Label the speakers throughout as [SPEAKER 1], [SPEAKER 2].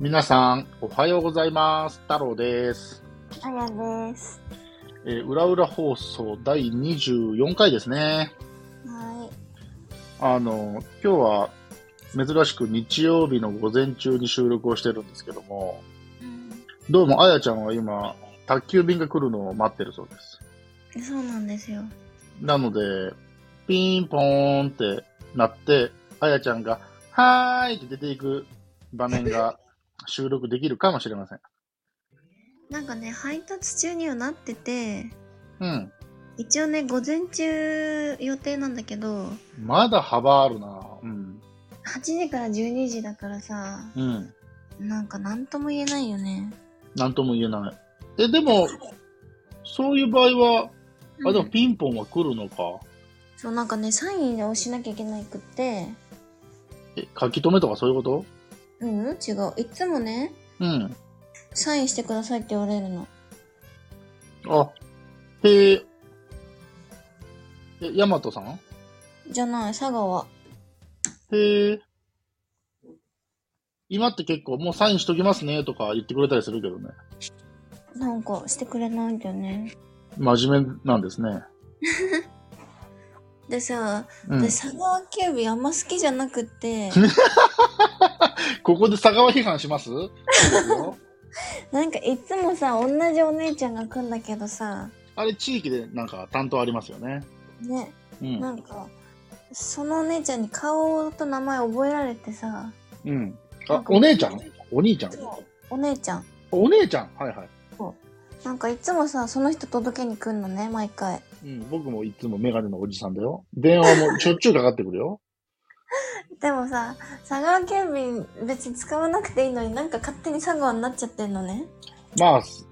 [SPEAKER 1] 皆さん、おはようございます。太郎です。
[SPEAKER 2] あやです。
[SPEAKER 1] えー、裏裏放送第24回ですね。
[SPEAKER 2] は
[SPEAKER 1] あの、今日は珍しく日曜日の午前中に収録をしてるんですけども、
[SPEAKER 2] い。う
[SPEAKER 1] どうもあやちゃんは今、宅急便が来るのを待ってるそうです。
[SPEAKER 2] ん、そうなんですよ。
[SPEAKER 1] なので、ピンポーンってなって、あやちゃんが、はーいって出ていく場面が収録できるかもしれません。
[SPEAKER 2] なんかね、配達中にはなってて、
[SPEAKER 1] うん。
[SPEAKER 2] 一応ね、午前中予定なんだけど、
[SPEAKER 1] まだ幅あるなうん。
[SPEAKER 2] 8時から12時だからさ、
[SPEAKER 1] うん。
[SPEAKER 2] なんか何とも言えないよね。
[SPEAKER 1] なんとも言えない。え、でも、そういう場合は、あ、でも
[SPEAKER 2] うん
[SPEAKER 1] ピンポンは来るのか。
[SPEAKER 2] そう、なんかね、サインをしなきゃいけないくって、
[SPEAKER 1] え、書き留めとかそういうこと
[SPEAKER 2] ううん、違う。いつもね、
[SPEAKER 1] うん。
[SPEAKER 2] サインしてくださいって言われるの。
[SPEAKER 1] あ、へえ。え、ヤマトさん
[SPEAKER 2] じゃない、佐川。
[SPEAKER 1] へえ。今って結構もうサインしときますねとか言ってくれたりするけどね。
[SPEAKER 2] なんかしてくれないんだよね。
[SPEAKER 1] 真面目なんですね。
[SPEAKER 2] でさ、
[SPEAKER 1] うん
[SPEAKER 2] で。佐川急便あんま好きじゃなくって、
[SPEAKER 1] ここで佐川批判しますそうですよ
[SPEAKER 2] なんかいつもさ同じお姉ちゃんが来んだけどさ
[SPEAKER 1] あれ地域でなんか担当ありますよね。
[SPEAKER 2] ね
[SPEAKER 1] うん。
[SPEAKER 2] なんかそのお姉ちゃんに顔と名前覚えられてさ
[SPEAKER 1] うん。あ、お姉ちゃんお兄ちゃん
[SPEAKER 2] お姉ちゃん
[SPEAKER 1] お姉ちゃんはいはい。
[SPEAKER 2] なんかいつもさその人届けに来んのね毎回
[SPEAKER 1] うん、僕もいつもメガネのおじさんだよ。電話もしょっちゅうかかってくるよ。
[SPEAKER 2] でもさ佐川急便別に使わなくていいのになんか勝手に佐川になっちゃってんのね
[SPEAKER 1] まあ、す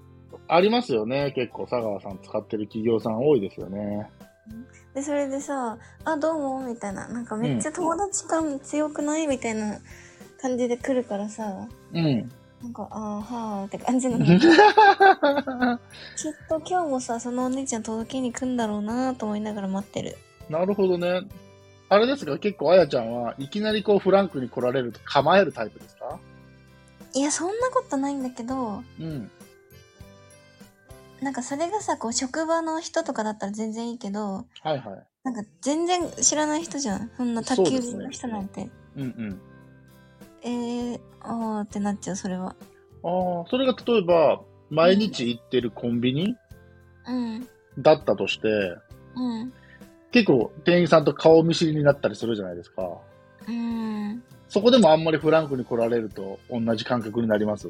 [SPEAKER 1] ありますよね。結構佐川さん使ってる企業さん多いですよね。
[SPEAKER 2] でそれでさ「あどうも」みたいななんかめっちゃ友達感強くないみたいな感じで来るからさ
[SPEAKER 1] うん。
[SPEAKER 2] なんか「あーはーって感じ なのきっと今日もさそのお姉ちゃん届けに来んだろうなと思いながら待ってる
[SPEAKER 1] なるほどね。あれですか結構あやちゃんはいきなりこうフランクに来られると構えるタイプですか
[SPEAKER 2] いやそんなことないんだけど
[SPEAKER 1] うん。
[SPEAKER 2] なんかそれがさこう職場の人とかだったら全然いいけど
[SPEAKER 1] はいはい。
[SPEAKER 2] なんか全然知らない人じゃんそんな宅急便の人なんて、
[SPEAKER 1] うんうん。
[SPEAKER 2] えー、あーってなっちゃうそれは
[SPEAKER 1] ああ、それが例えば、毎日行ってるコンビニ
[SPEAKER 2] うん
[SPEAKER 1] だったとして、
[SPEAKER 2] うん
[SPEAKER 1] 結構店員さんと顔見知りになったりするじゃないですか。
[SPEAKER 2] うん
[SPEAKER 1] そこでもあんまりフランクに来られると同じ感覚になります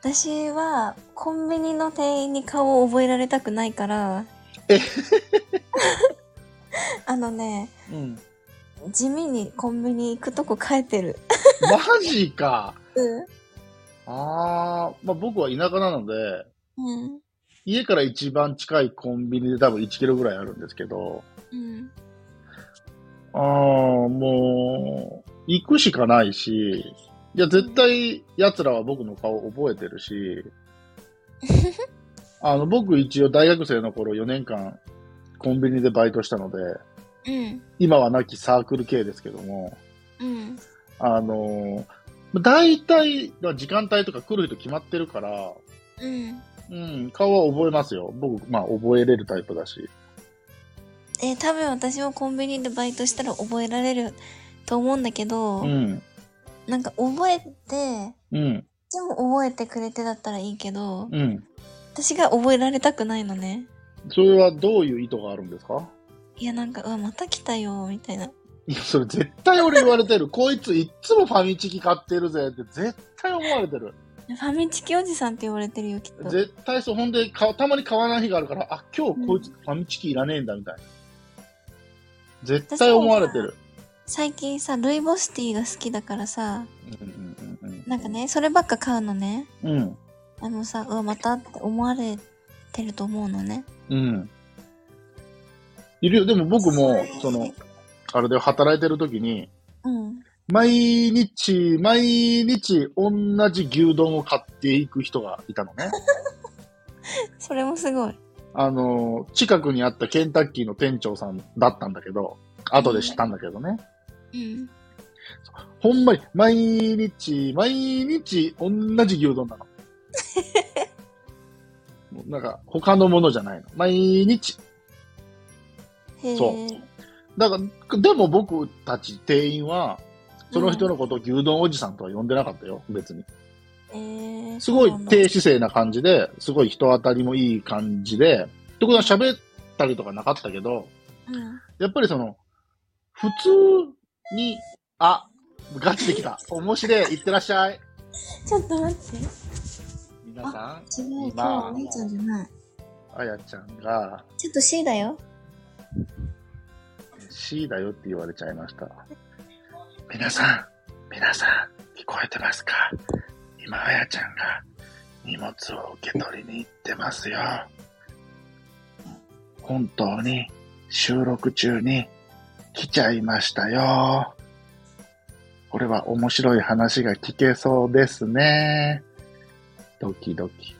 [SPEAKER 2] 私はコンビニの店員に顔を覚えられたくないから
[SPEAKER 1] え
[SPEAKER 2] あのね
[SPEAKER 1] うん。
[SPEAKER 2] 地味にコンビニ行くとこ変えてる
[SPEAKER 1] マジか
[SPEAKER 2] うん
[SPEAKER 1] あー、まあ、僕は田舎なので、
[SPEAKER 2] うん
[SPEAKER 1] 家から一番近いコンビニで多分1キロぐらいあるんですけど、
[SPEAKER 2] うん
[SPEAKER 1] あー、もう、行くしかないし、いや、絶対奴らは僕の顔覚えてるし、あの、僕一応大学生の頃4年間コンビニでバイトしたので、
[SPEAKER 2] うん
[SPEAKER 1] 今はなきサークル系ですけども、
[SPEAKER 2] うん
[SPEAKER 1] あのー、大体、時間帯とか来る人決まってるから、
[SPEAKER 2] うん
[SPEAKER 1] うん、顔は覚えますよ。僕、まあ、覚えれるタイプだし。
[SPEAKER 2] えー多分私もコンビニでバイトしたら覚えられると思うんだけど、
[SPEAKER 1] うん、
[SPEAKER 2] なんか覚えて
[SPEAKER 1] うん、
[SPEAKER 2] でも覚えてくれてだったらいいけど
[SPEAKER 1] うん。
[SPEAKER 2] 私が覚えられたくないのね
[SPEAKER 1] それはどういう意図があるんですか
[SPEAKER 2] いやなんかうわまた来たよみたいない
[SPEAKER 1] や、それ絶対俺言われて る。こいついっつもファミチキ買ってるぜって絶対思われてる。
[SPEAKER 2] ファミチキおじさんって言われてるよきっと
[SPEAKER 1] 絶対そう。ほんで、かたまに買わない日があるから、あ、今日こいつファミチキいらねえんだみたいな。絶対思われてる。
[SPEAKER 2] 最近さルイボスティーが好きだからさ
[SPEAKER 1] うん、うん、うん
[SPEAKER 2] なんかねそればっか買うのね
[SPEAKER 1] うん。うん。
[SPEAKER 2] あのさうわまたって思われてると思うのね
[SPEAKER 1] うん。いるよ。でも僕も、その、あれで働いてる時に、
[SPEAKER 2] うん
[SPEAKER 1] 毎日、毎日、同じ牛丼を買っていく人がいたのね。
[SPEAKER 2] それもすごい
[SPEAKER 1] あの、近くにあったケンタッキーの店長さんだったんだけど、後で知ったんだけどね。
[SPEAKER 2] うん
[SPEAKER 1] ほんまに、毎日、毎日、同じ牛丼なの。もうなんか、他のものじゃないの。毎日。
[SPEAKER 2] へえ。
[SPEAKER 1] そうだから、でも僕たち店員は、その人のことを牛丼おじさんとは呼んでなかったよ、別に。
[SPEAKER 2] えー
[SPEAKER 1] すごい
[SPEAKER 2] そうなんだ
[SPEAKER 1] 低姿勢な感じで、すごい人当たりもいい感じで、ってことは喋ったりとかなかったけど、
[SPEAKER 2] うん
[SPEAKER 1] やっぱりその、普通に、あ、ガチできた。面白い。いってらっしゃい。
[SPEAKER 2] ちょっと待って。
[SPEAKER 1] 皆さ
[SPEAKER 2] 違う、今日
[SPEAKER 1] まあ
[SPEAKER 2] はお姉ちゃんじゃない。
[SPEAKER 1] ん、あやちゃんが、
[SPEAKER 2] ちょっと C だよ。
[SPEAKER 1] C だよって言われちゃいました。皆さん、皆さん、聞こえてますか今、あやちゃんが荷物を受け取りに行ってますよ。本当に収録中に来ちゃいましたよ。これは面白い話が聞けそうですね。ドキドキ、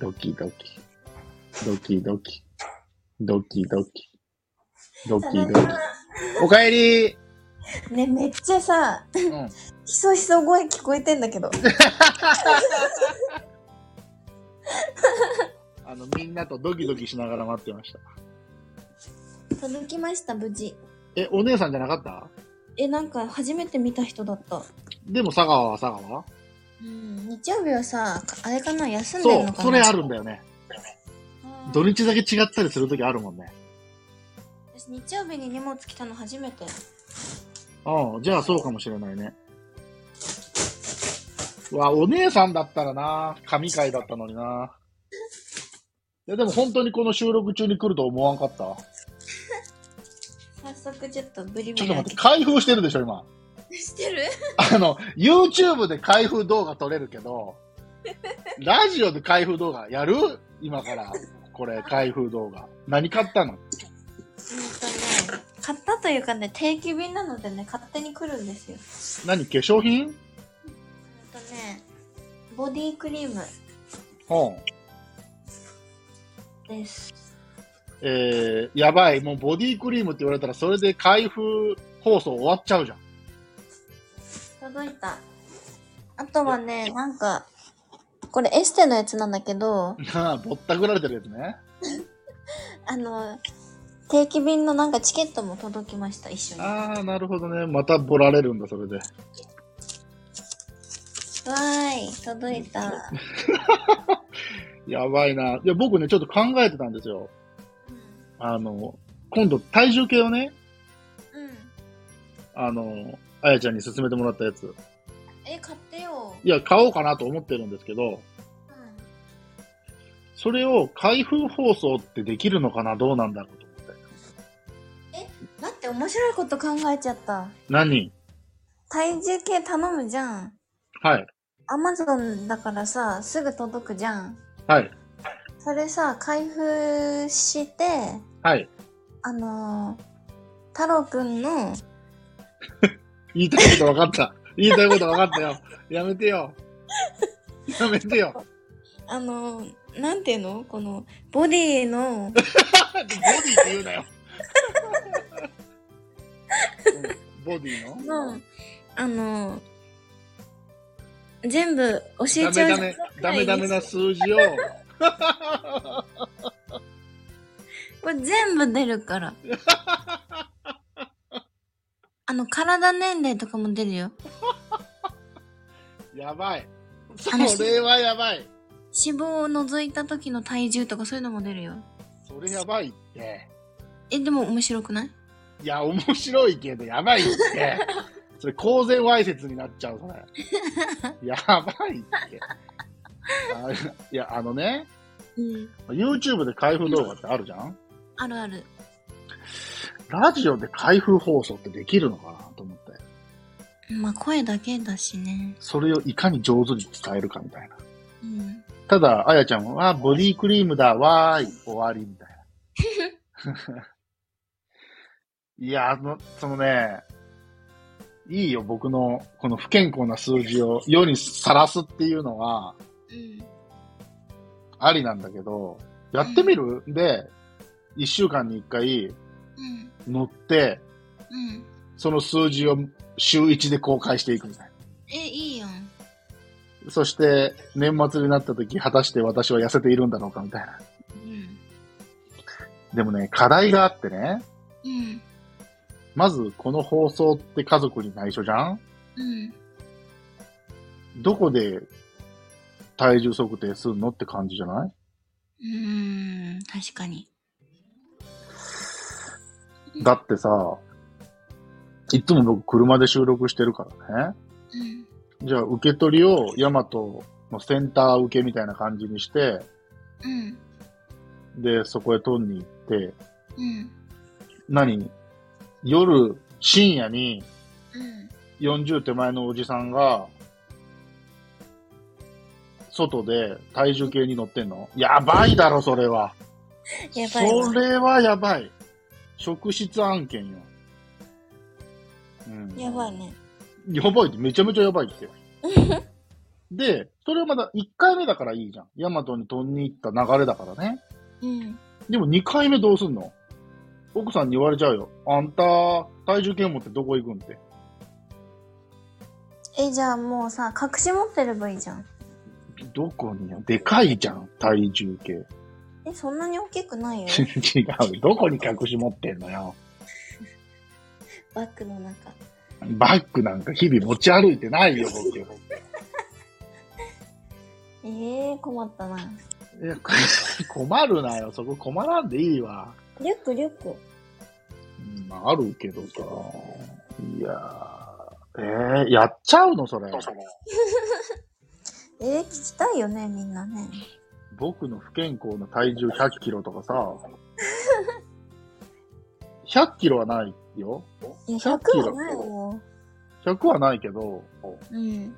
[SPEAKER 1] ドキドキ、ドキドキ、ドキドキ、ドキドキ。おかえり、
[SPEAKER 2] ね、めっちゃさ、
[SPEAKER 1] うん
[SPEAKER 2] ひそひそ声聞こえてんだけど。
[SPEAKER 1] あの、みんなとドキドキしながら待ってました。
[SPEAKER 2] 届きました、無事。
[SPEAKER 1] え、お姉さんじゃなかった
[SPEAKER 2] え、なんか初めて見た人だった。
[SPEAKER 1] でも佐川は佐川
[SPEAKER 2] うん、日曜日はさ、あれかな、休んで
[SPEAKER 1] そ
[SPEAKER 2] るの
[SPEAKER 1] う、
[SPEAKER 2] かな
[SPEAKER 1] それあるんだよね。
[SPEAKER 2] あー
[SPEAKER 1] 土日だけ違ったりするときあるもんね。
[SPEAKER 2] 私日曜日に荷物来たの初めて。
[SPEAKER 1] うん、じゃあそうかもしれないね。うわ、お姉さんだったらな、神回だったのにな。いや、でも本当にこの収録中に来ると思わんかったわ。
[SPEAKER 2] 早速ちょっとブリブ
[SPEAKER 1] ちょっ
[SPEAKER 2] リ
[SPEAKER 1] と
[SPEAKER 2] 開
[SPEAKER 1] 待っ
[SPEAKER 2] け
[SPEAKER 1] て、開封してるでしょ、今。
[SPEAKER 2] て。してる
[SPEAKER 1] あの、YouTube で開封動画撮れるけど、ラジオで開封動画やる今から。これ、開封動画。何買ったの
[SPEAKER 2] うんとね、買ったというかね、定期便なのでね、勝手に来るんですよ。
[SPEAKER 1] 何化粧品
[SPEAKER 2] うんとね、ボディクリーム
[SPEAKER 1] うん。
[SPEAKER 2] です。
[SPEAKER 1] えー、やばい。もうボディクリームって言われたら、それで開封放送終わっちゃうじゃん。
[SPEAKER 2] 届いた。あとはね、なんか、これエステのやつなんだけど、
[SPEAKER 1] な あ、ぼったくられてるやつね。
[SPEAKER 2] あの、定期便のなんかチケットも届きました、一緒に。わ
[SPEAKER 1] あー、なるほどね。またボられるんだ、それで。
[SPEAKER 2] ーい、届いた。
[SPEAKER 1] やばいな。いや、僕ね、ちょっと考えてたんですよ。
[SPEAKER 2] う
[SPEAKER 1] あの、今度、体重計をね、
[SPEAKER 2] ん。うん
[SPEAKER 1] あの、あやちゃんに勧めてもらったやつ。
[SPEAKER 2] え、買ってよ。
[SPEAKER 1] いや、買おうかなと思ってるんですけど、
[SPEAKER 2] うん
[SPEAKER 1] それを開封放送ってできるのかなどうなんだろうと思って。
[SPEAKER 2] 待って、面白いこと考えちゃった。
[SPEAKER 1] 何
[SPEAKER 2] 体重計頼むじゃん。
[SPEAKER 1] はい。
[SPEAKER 2] アマゾンだからさ、すぐ届くじゃん。
[SPEAKER 1] はい。
[SPEAKER 2] それさ、開封して、
[SPEAKER 1] はい。
[SPEAKER 2] あのー、太郎くんの、
[SPEAKER 1] 言いたいこと分かった。 言いたいこと分かったよ。やめてよ。やめてよ。
[SPEAKER 2] あのー、なんていうのこの、ボディの、
[SPEAKER 1] ボディって言うなよ。 うんボディの、
[SPEAKER 2] の、あのー、全部教え
[SPEAKER 1] ダ
[SPEAKER 2] ちゃ
[SPEAKER 1] メダ
[SPEAKER 2] う
[SPEAKER 1] メ、ダメダメな数字を、
[SPEAKER 2] これ全部出 るから。あの、体年齢とかも出るよ。
[SPEAKER 1] やばい。そ
[SPEAKER 2] あの
[SPEAKER 1] れはやばい。
[SPEAKER 2] 脂肪を除いた時の体重とかそういうのも出るよ。
[SPEAKER 1] それやばいって。
[SPEAKER 2] え、でも面白くない
[SPEAKER 1] いや、面白いけど、やばいって。 それ、公然わいせつになっちゃう、それ。やばいって。あいや、あのね、
[SPEAKER 2] うん。
[SPEAKER 1] YouTube で開封動画ってあるじゃん
[SPEAKER 2] あるある。
[SPEAKER 1] ラジオで開封放送ってできるのかなと思って。
[SPEAKER 2] まあ、声だけだしね。
[SPEAKER 1] それをいかに上手に伝えるかみたいな。
[SPEAKER 2] うん。
[SPEAKER 1] ただ、あやちゃんは、あボディクリームだ、わーい、終わり、みたいな。いや、あの、そのね、いいよ、僕の、この不健康な数字を世にさらすっていうのは、
[SPEAKER 2] うん。
[SPEAKER 1] ありなんだけど、やってみるで、一週間に一回
[SPEAKER 2] うん。
[SPEAKER 1] 乗って、
[SPEAKER 2] うん。
[SPEAKER 1] その数字を週1で公開していくみたい
[SPEAKER 2] え、いいやん。
[SPEAKER 1] な。そして、年末になった時、果たして私は痩せているんだろうかみたいな。
[SPEAKER 2] うん。
[SPEAKER 1] でもね、課題があってね、
[SPEAKER 2] うん。
[SPEAKER 1] まずこの放送って家族に内緒じゃん
[SPEAKER 2] うん。
[SPEAKER 1] どこで体重測定するのって感じじゃないう
[SPEAKER 2] ーん。確かに。
[SPEAKER 1] だってさ、いつも僕車で収録してるからね。
[SPEAKER 2] うん。
[SPEAKER 1] じゃあ受け取りをヤマトのセンター受けみたいな感じにして、
[SPEAKER 2] うん。
[SPEAKER 1] で、そこへ取りに行って、
[SPEAKER 2] うん。
[SPEAKER 1] 何夜、深夜に
[SPEAKER 2] うん。
[SPEAKER 1] 40手前のおじさんが、外で体重計に乗ってんのやばいだろ、それは。
[SPEAKER 2] やばいわ
[SPEAKER 1] それはやばい。職質案件よ。うん
[SPEAKER 2] やばいね。
[SPEAKER 1] やばいって、めちゃめちゃやばいって。 で、それはまだ1回目だからいいじゃん。ヤマトに飛んに行った流れだからね。
[SPEAKER 2] うん。
[SPEAKER 1] でも2回目どうすんの奥さんに言われちゃうよ。あんた、体重計持ってどこ行くんって。
[SPEAKER 2] え、じゃあもうさ、隠し持ってればいいじゃん。
[SPEAKER 1] どこによでかいじゃん、体重計。
[SPEAKER 2] え、そんなに大きくないよ。
[SPEAKER 1] 違う。どこに隠し持ってんのよ。
[SPEAKER 2] バッグの中。
[SPEAKER 1] バッグなんか日々持ち歩いてないよ、僕。
[SPEAKER 2] えー、困ったな。
[SPEAKER 1] いやこ 困るなよ。そこ困らんでいいわ。
[SPEAKER 2] リュック、リュック。
[SPEAKER 1] うんまあ、あるけどさ。いやー。えー、やっちゃうのそれ。
[SPEAKER 2] えー、聞きたいよね、みんなね。
[SPEAKER 1] 僕の不健康な体重100キロとかさ。100キロはないよ。
[SPEAKER 2] いや、
[SPEAKER 1] 100
[SPEAKER 2] 100はないよ。
[SPEAKER 1] 100はないけど、
[SPEAKER 2] うん。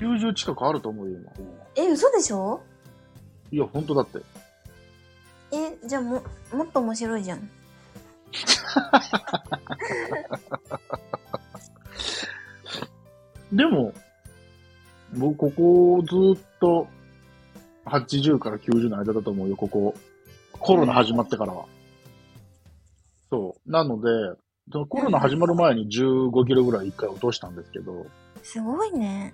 [SPEAKER 1] 90近くあると思うよ、今。
[SPEAKER 2] え、嘘でしょ
[SPEAKER 1] いや、ほんとだって。
[SPEAKER 2] え、じゃあも、もっと面白いじゃん。
[SPEAKER 1] でも、僕、ここずっと、80から90の間だと思うよ、ここ。コロナ始まってからは。そう。なので、そのコロナ始まる前に15キロぐらい一回落としたんですけど、
[SPEAKER 2] すごいね。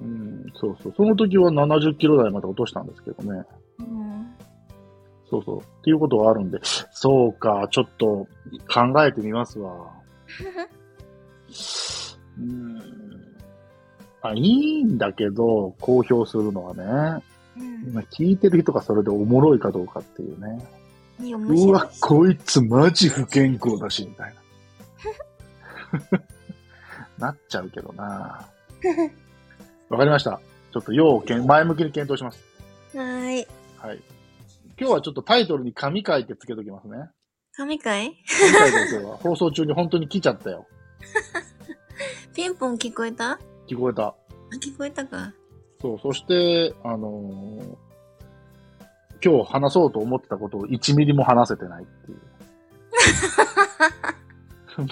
[SPEAKER 1] うん、そうそう。その時は70キロ台まで落としたんですけどね。
[SPEAKER 2] うん。
[SPEAKER 1] そうそう。っていうことはあるんで、そうか、ちょっと考えてみますわ。 うん。あ、いいんだけど、公表するのはね。
[SPEAKER 2] うん。
[SPEAKER 1] 今聞いてる人がそれでおもろいかどうかっていうね。
[SPEAKER 2] いい、面白いう
[SPEAKER 1] わ、こいつマジ不健康だし、み たいな。なっちゃうけどな。わかりました。ちょっと要けん前向きに検討します。
[SPEAKER 2] はーい。
[SPEAKER 1] はい。今日はちょっとタイトルに紙書いてつけときますね。
[SPEAKER 2] 神回
[SPEAKER 1] 紙書いておけば放送中に本当に来ちゃったよ。
[SPEAKER 2] ピンポン聞こえたあ、
[SPEAKER 1] 聞こえた。
[SPEAKER 2] 聞こえたか。
[SPEAKER 1] そう、そして、あのー今日話そうと思ってたことを1ミリも話せてないっていう。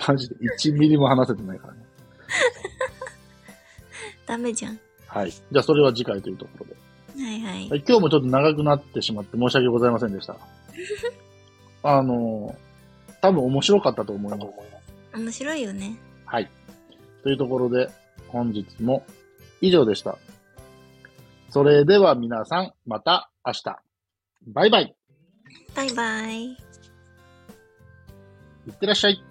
[SPEAKER 1] マジで1ミリも話せてないからね。
[SPEAKER 2] ダメじゃん。
[SPEAKER 1] はい。じゃあそれは次回というところで。
[SPEAKER 2] はいはい。
[SPEAKER 1] はい今日もちょっと長くなってしまって申し訳ございませんでした。あのー多分面白かったと思います。
[SPEAKER 2] 面白いよね。
[SPEAKER 1] はい。というところで、本日も以上でした。それでは皆さん、また明日。バイバイ。
[SPEAKER 2] バイバイ。
[SPEAKER 1] いってらっしゃい。